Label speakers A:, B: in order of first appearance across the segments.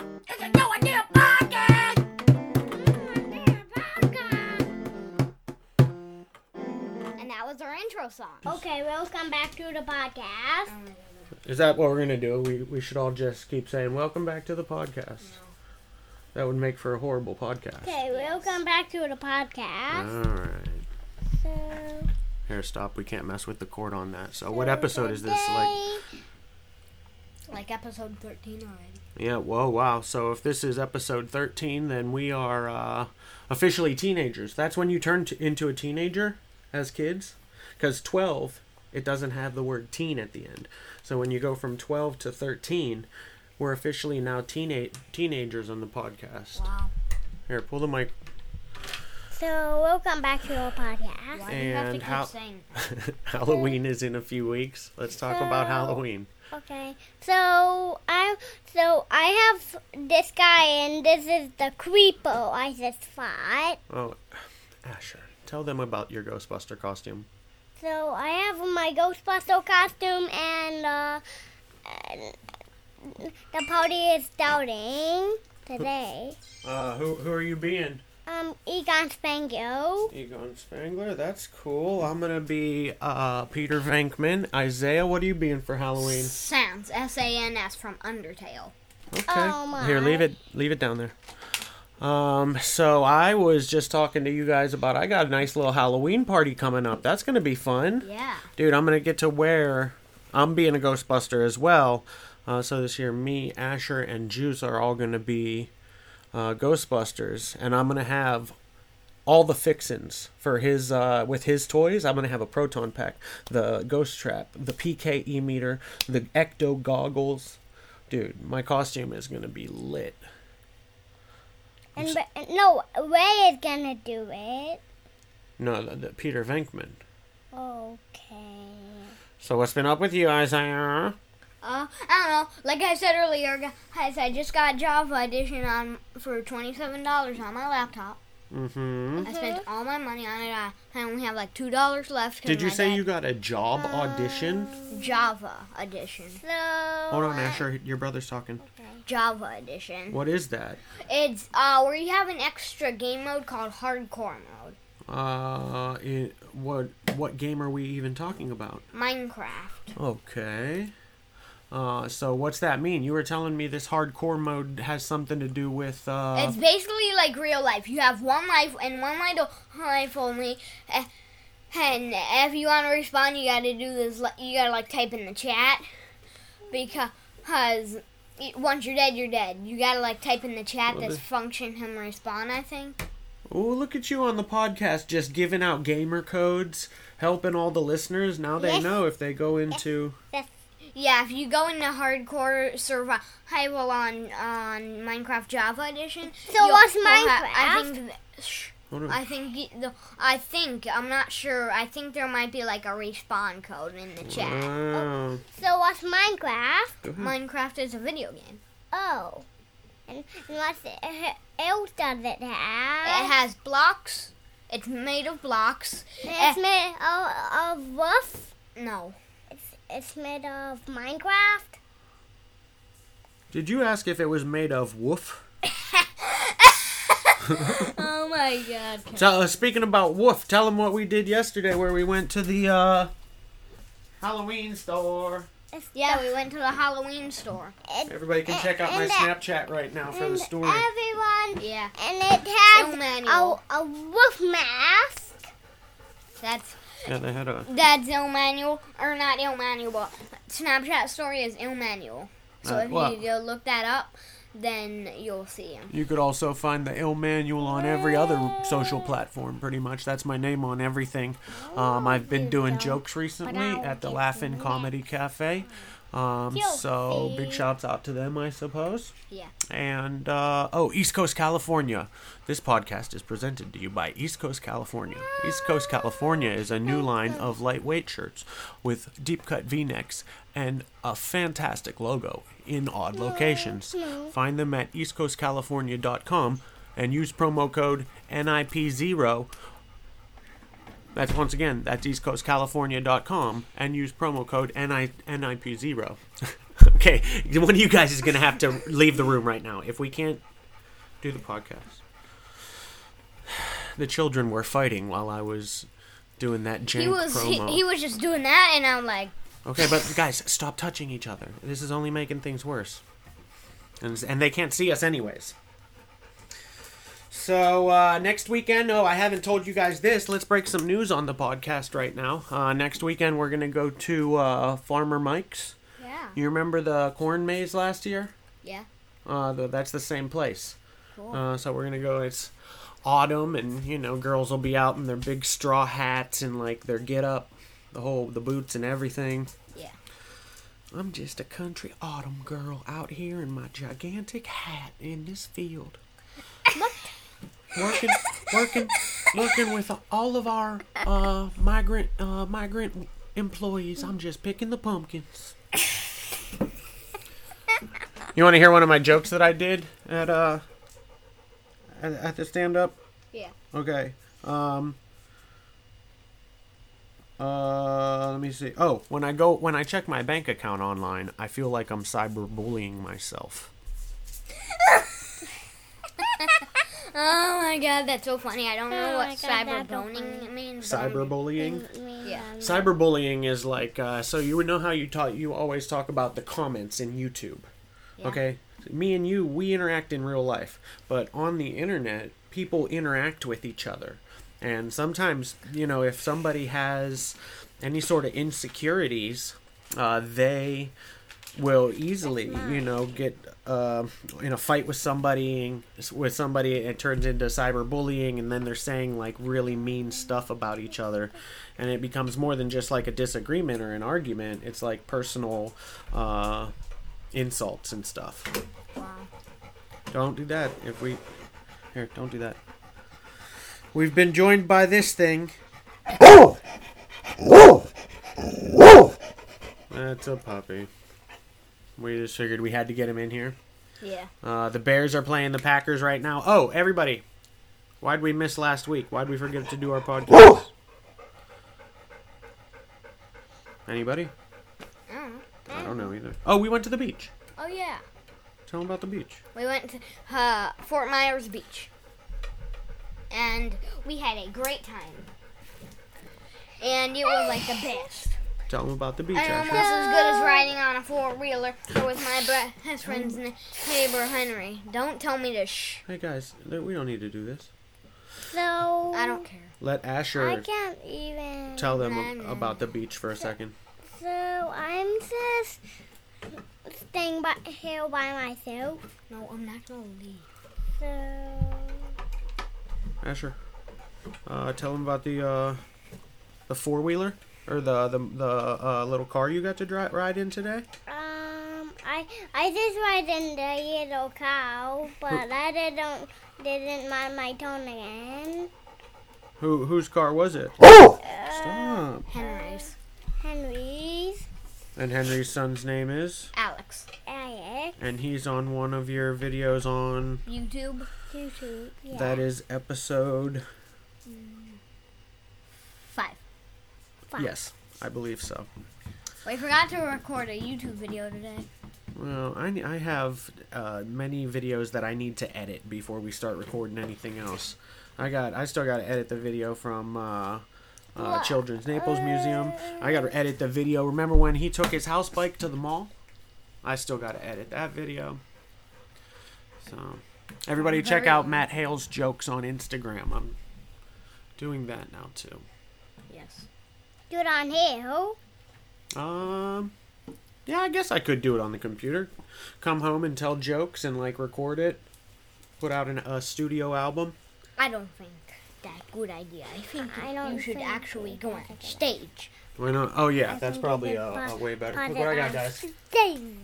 A: It's a no idea podcast.
B: And that was our intro song. Okay, welcome back to the podcast.
C: Is that what we're gonna do? We we should all just keep saying welcome back to the podcast. That would make for a horrible podcast.
B: Okay, welcome back to the
C: All
B: podcast.
C: right.
B: So,
C: Here, stop. We can't mess with the cord on that. So, what episode is this? Like,
B: today-
A: Like episode 13 already.
C: yeah. Whoa, wow. So, if this is episode thirteen, then we are uh, officially teenagers. That's when you turn t- into a teenager as kids, because twelve it doesn't have the word teen at the end. So, when you go from twelve to thirteen, we're officially now teenage teenagers on the podcast.
A: Wow.
C: Here, pull the mic
B: so welcome back to the podcast.
A: Why do you have to
C: And
A: keep
C: how-
A: saying
C: Halloween is in a few weeks. Let's talk about
B: So-
C: Halloween.
B: Okay, so I so I have this guy, and this is the creepo I just fought.
C: Oh, Asher, tell them about your Ghostbuster costume.
B: So I have my Ghostbuster costume, and uh, and the party is starting today.
C: Uh, who who are you being?
B: Um, Egon Spangio.
C: Egon Spangler. That's cool. I'm gonna be uh Peter Venkman. Isaiah, what are you being for Halloween?
A: Sans. S A N S from Undertale.
C: Okay.
B: Oh my.
C: Here, leave it leave it down there. Um, so I was just talking to you guys about I got a nice little Halloween party coming up. That's gonna be fun.
A: Yeah.
C: dude, I'm gonna get to wear. I'm being a Ghostbuster as well. Uh, so this year, me, Asher, and Juice are all gonna be uh, Ghostbusters, and I'm gonna have all the fixins for his uh, with his toys. I'm gonna have a proton pack, the ghost trap, the PKE meter, the ecto goggles. Dude, my costume is gonna be lit.
B: And Ra- no, Ray is gonna do it.
C: No, the, the Peter Venkman.
B: Okay.
C: So what's been up with you, Isaiah?
A: Uh, I don't know. Like I said earlier, guys, I just got Java Edition on for twenty-seven dollars on my laptop.
C: Mm-hmm.
A: I spent all my money on it. I, I only have like two dollars left. 'cause
C: Did you
A: my
C: say
A: dad-
C: you got a job audition?
A: Java Edition?
B: So.
C: Hold on, Asher. Your brother's talking.
A: Java Edition.
C: What is that?
A: It's uh where you have an extra game mode called Hardcore mode,
C: Uh, it, what what game are we even talking about?
A: Minecraft.
C: Okay. Uh, so what's that mean? You were telling me this hardcore mode has something to do with uh.
A: it's basically like real life. You have one life and one life life only. eh, And if you want to respond, you got to do this. li- You got to like type in the chat because y- once you're dead, you're dead. You got to like type in the chat
C: Well,
A: that's
C: the-
A: function him respond. I think.
C: Oh, look at you on the podcast, just giving out gamer codes, helping all the listeners. Now they
B: Yes.
C: know if they go into.
A: Yeah, if you go into hardcore survival on on Minecraft Java Edition.
B: So
A: you'll-
B: what's
A: you'll ha- I
B: Minecraft?
A: think. th- shh,
C: Hold on.
A: I think y- the, I think I'm not sure. I think there might be like a respawn code in the chat.
C: Wow.
B: So what's Minecraft?
C: Go ahead.
A: Minecraft is a video game.
B: Oh. And, and what's it, else does it have?
A: It has blocks. It's made of blocks.
B: It's
A: eh.
B: made of, of rough.
A: No.
B: It's, it's made of Minecraft.
C: Did you ask if it was made of woof?
A: Oh my god.
C: Tell, uh, speaking about Woof, tell them what we did yesterday where we went to the uh, Halloween store.
B: It's
A: Yeah,
B: the-
A: we went to the Halloween store.
B: it-
C: Everybody can
B: and-
C: check out my
B: and it-
C: Snapchat right now for the
B: and
C: story.
B: Everyone.
A: Yeah.
B: And it has
A: Film
B: a,
A: manual.
B: a wolf mask.
A: That's
C: Yeah, they had a.
A: that's Illmanual or not Illmanual, but Snapchat story is Illmanual. So
C: Uh,
A: if
C: well-
A: you go look that up, then you'll see him.
C: You could also find the ill manual on every other social platform, pretty much. That's my name on everything. Um, I've been doing jokes recently at the Laughing Comedy Cafe. Um, so big shouts out to them, I suppose.
A: Yeah.
C: And uh, oh, East Coast California. This podcast is presented to you by East Coast California. East Coast California is a new line of lightweight shirts with deep cut v necks and a fantastic logo in odd locations. Find them at eastcoastcalifornia.com and use promo code NIP0. That's once again, that's eastcoastcalifornia.com and use promo code NI- NIP0. Okay, one of you guys is gonna have to leave the room right now if we can't do the podcast. The children were fighting while I was doing that jank
A: He was he,
C: promo.
A: he was just doing that, and I'm like,
C: Okay, but guys, stop touching each other. This is only making things worse. And, and they can't see us anyways. So uh, next weekend, oh, I haven't told you guys this. Let's break some news on the podcast right now. Uh, next weekend, we're gonna go to uh, Farmer Mike's.
A: yeah,
C: You remember the corn maze last year?
A: yeah.
C: Uh, the, that's the same place.
A: Cool.
C: Uh, so we're gonna go. It's autumn, and you know, girls will be out in their big straw hats and like their get up, the whole the boots and everything.
A: Yeah.
C: I'm just a country autumn girl out here in my gigantic hat in this field. working, working, working with all of our uh, migrant uh, migrant employees. I'm just picking the pumpkins. You want to hear one of my jokes that I did at uh at, at the stand up?
A: Yeah.
C: Okay. Um uh let me see. Oh, when I go when I check my bank account online, I feel like I'm cyberbullying myself.
A: Oh my god, that's so funny. I don't know
B: Oh
A: what
B: my God,
A: cyber
B: that's so
A: boning
B: funny.
A: means. but I'm-
C: Cyberbullying?
A: Yeah.
C: Cyberbullying is like uh so you would know how you talk you always talk about the comments in YouTube. Okay? Me and you we interact in real life, but on the internet people interact with each other. And sometimes, you know, if somebody has any sort of insecurities, uh, they will easily, you know, get uh, in a fight with somebody, with somebody, it turns into cyberbullying, and then they're saying like really mean stuff about each other, and it becomes more than just like a disagreement or an argument. It's like personal uh, insults and stuff. Don't do that. If we here, don't do that. We've been joined by this thing. That's a puppy. We just figured we had to get him in here.
A: Yeah.
C: Uh, the Bears are playing the Packers right now. Oh, everybody. Why'd we miss last week? Why'd we forget to do our podcast? Anybody?
A: Oh.
C: I don't know either. Oh, we went to the beach.
A: oh yeah.
C: Tell them about the beach.
A: We went to uh, Fort Myers Beach, and we had a great time. And it was like the best.
C: Tell them about the beach,
A: And almost
C: Ashley.
A: as good as riding on a four wheeler or with my bre- best friend's na- neighbor Henry. Don't tell me to shh.
C: Hey guys, th- we don't need to do this.
B: So
A: I don't care.
C: Let
B: I
C: Asher
B: can't even.
C: tell them
A: I'm
C: ab- about the beach for a second.
B: So I'm just staying by here by myself.
A: No, I'm not gonna leave.
B: So
C: Asher, uh, tell them about the uh, the four wheeler or the the, the uh, little car you got to dri- ride in today.
B: um, I I just ride in the yellow cow, but I didn't didn't mind my tone again.
C: Who whose car was it? Stop.
A: Henry's.
B: Henry's
C: And Henry's son's name is,
A: Alex.
B: Alex
C: and he's on one of your videos on.
A: YouTube.
B: YouTube. Yeah.
C: That is episode.
A: Five.
B: Five.
C: Yes, I believe so.
A: We forgot to record a YouTube video today.
C: Well, I ne- I have uh, many videos that I need to edit before we start recording anything else. I got I still got to edit the video from uh, uh,
B: What?
C: Children's Naples Museum. I got to edit the video. Remember when he took his house bike to the mall? I still got to edit that video. So, everybody check
A: Very
C: out
A: nice.
C: Matt Hale's jokes on Instagram. I'm doing that now too.
A: Yes.
B: Do it on here.
C: Um, yeah, I guess I could do it on the computer. Come home and tell jokes and like record it. Put out an, a studio album.
A: I don't think that good idea. I think
B: I
A: that
B: don't
A: you should
B: think
A: actually
B: we
A: go on
B: have to.
A: stage.
C: Why not? Oh yeah, that's
B: think
C: probably
B: we
C: a,
B: could
C: a
B: put-
C: way better.
B: put
C: Look what I
B: it
C: got,
B: on
C: guys.
B: Dang.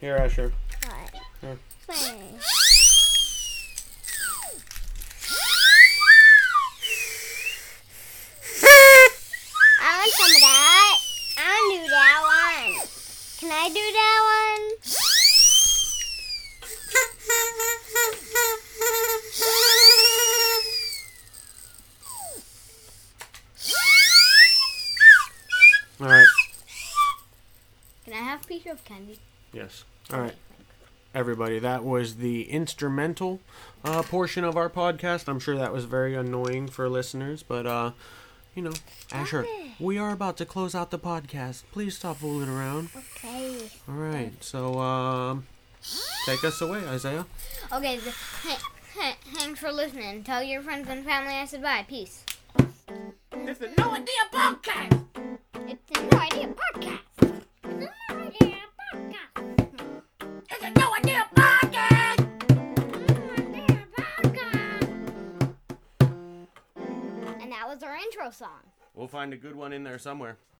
C: Here, Usher.
B: What?
C: Here.
B: Funny. I want some of that. I want to do that one. Can I do that one?
C: All right.
A: Can I have speaker of candy.
C: Yes. All right. Everybody, that was the instrumental uh, portion of our podcast. I'm sure that was very annoying for listeners, but uh, you know, Asher, we are about to close out the podcast. Please stop fooling around.
B: Okay.
C: All right, so um, take us away, Isaiah.
A: Okay, th- ha- ha- thanks for listening. Tell your friends and family I said bye. Peace.
B: It's a no idea podcast. It's a no idea podcast. It's a no idea podcast.
A: And that was our intro song.
C: We'll find a good one in there somewhere.